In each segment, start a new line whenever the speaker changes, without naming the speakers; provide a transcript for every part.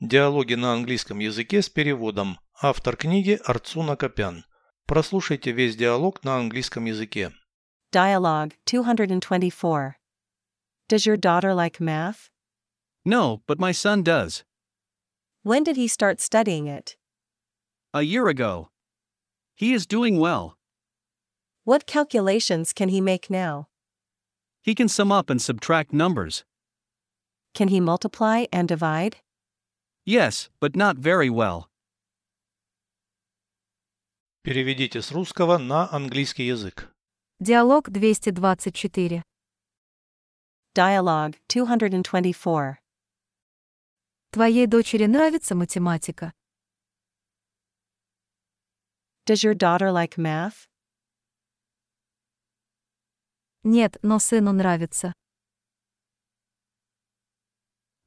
Диалоги на английском языке с переводом. Автор книги Арцуна Копян. Прослушайте весь диалог на английском языке.
Dialogue 224. Does your daughter like math?
No, but my son does.
When did he start studying it?
A year ago. He is doing well.
What calculations can he make now?
He can sum up and subtract numbers.
Can he multiply and divide?
Yes, but not very well.
Переведите с русского на английский язык.
Диалог 224.
Dialogue 224.
Твоей дочери нравится математика?
Does your daughter like math?
Нет, но сыну нравится.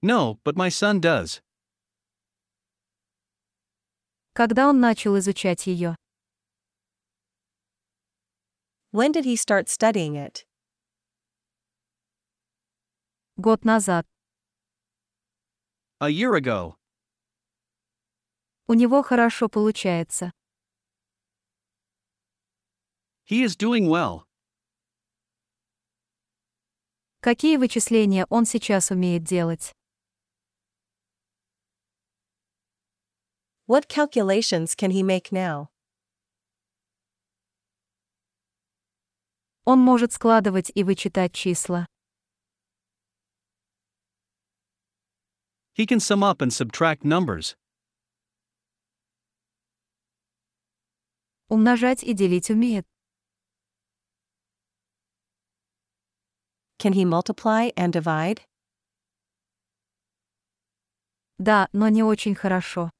No, but my son does.
Когда он начал изучать ее?
When did he start studying it?
Год назад.
A year ago.
У него хорошо получается.
He is doing well.
Какие вычисления он сейчас умеет делать?
What calculations can he make now?
Он может складывать и вычитать числа.
He can sum up and subtract numbers.
Умножать и делить умеет.
Can he multiply and divide?
Да, но не очень хорошо.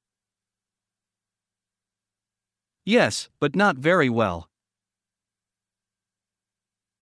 Yes, but not very well.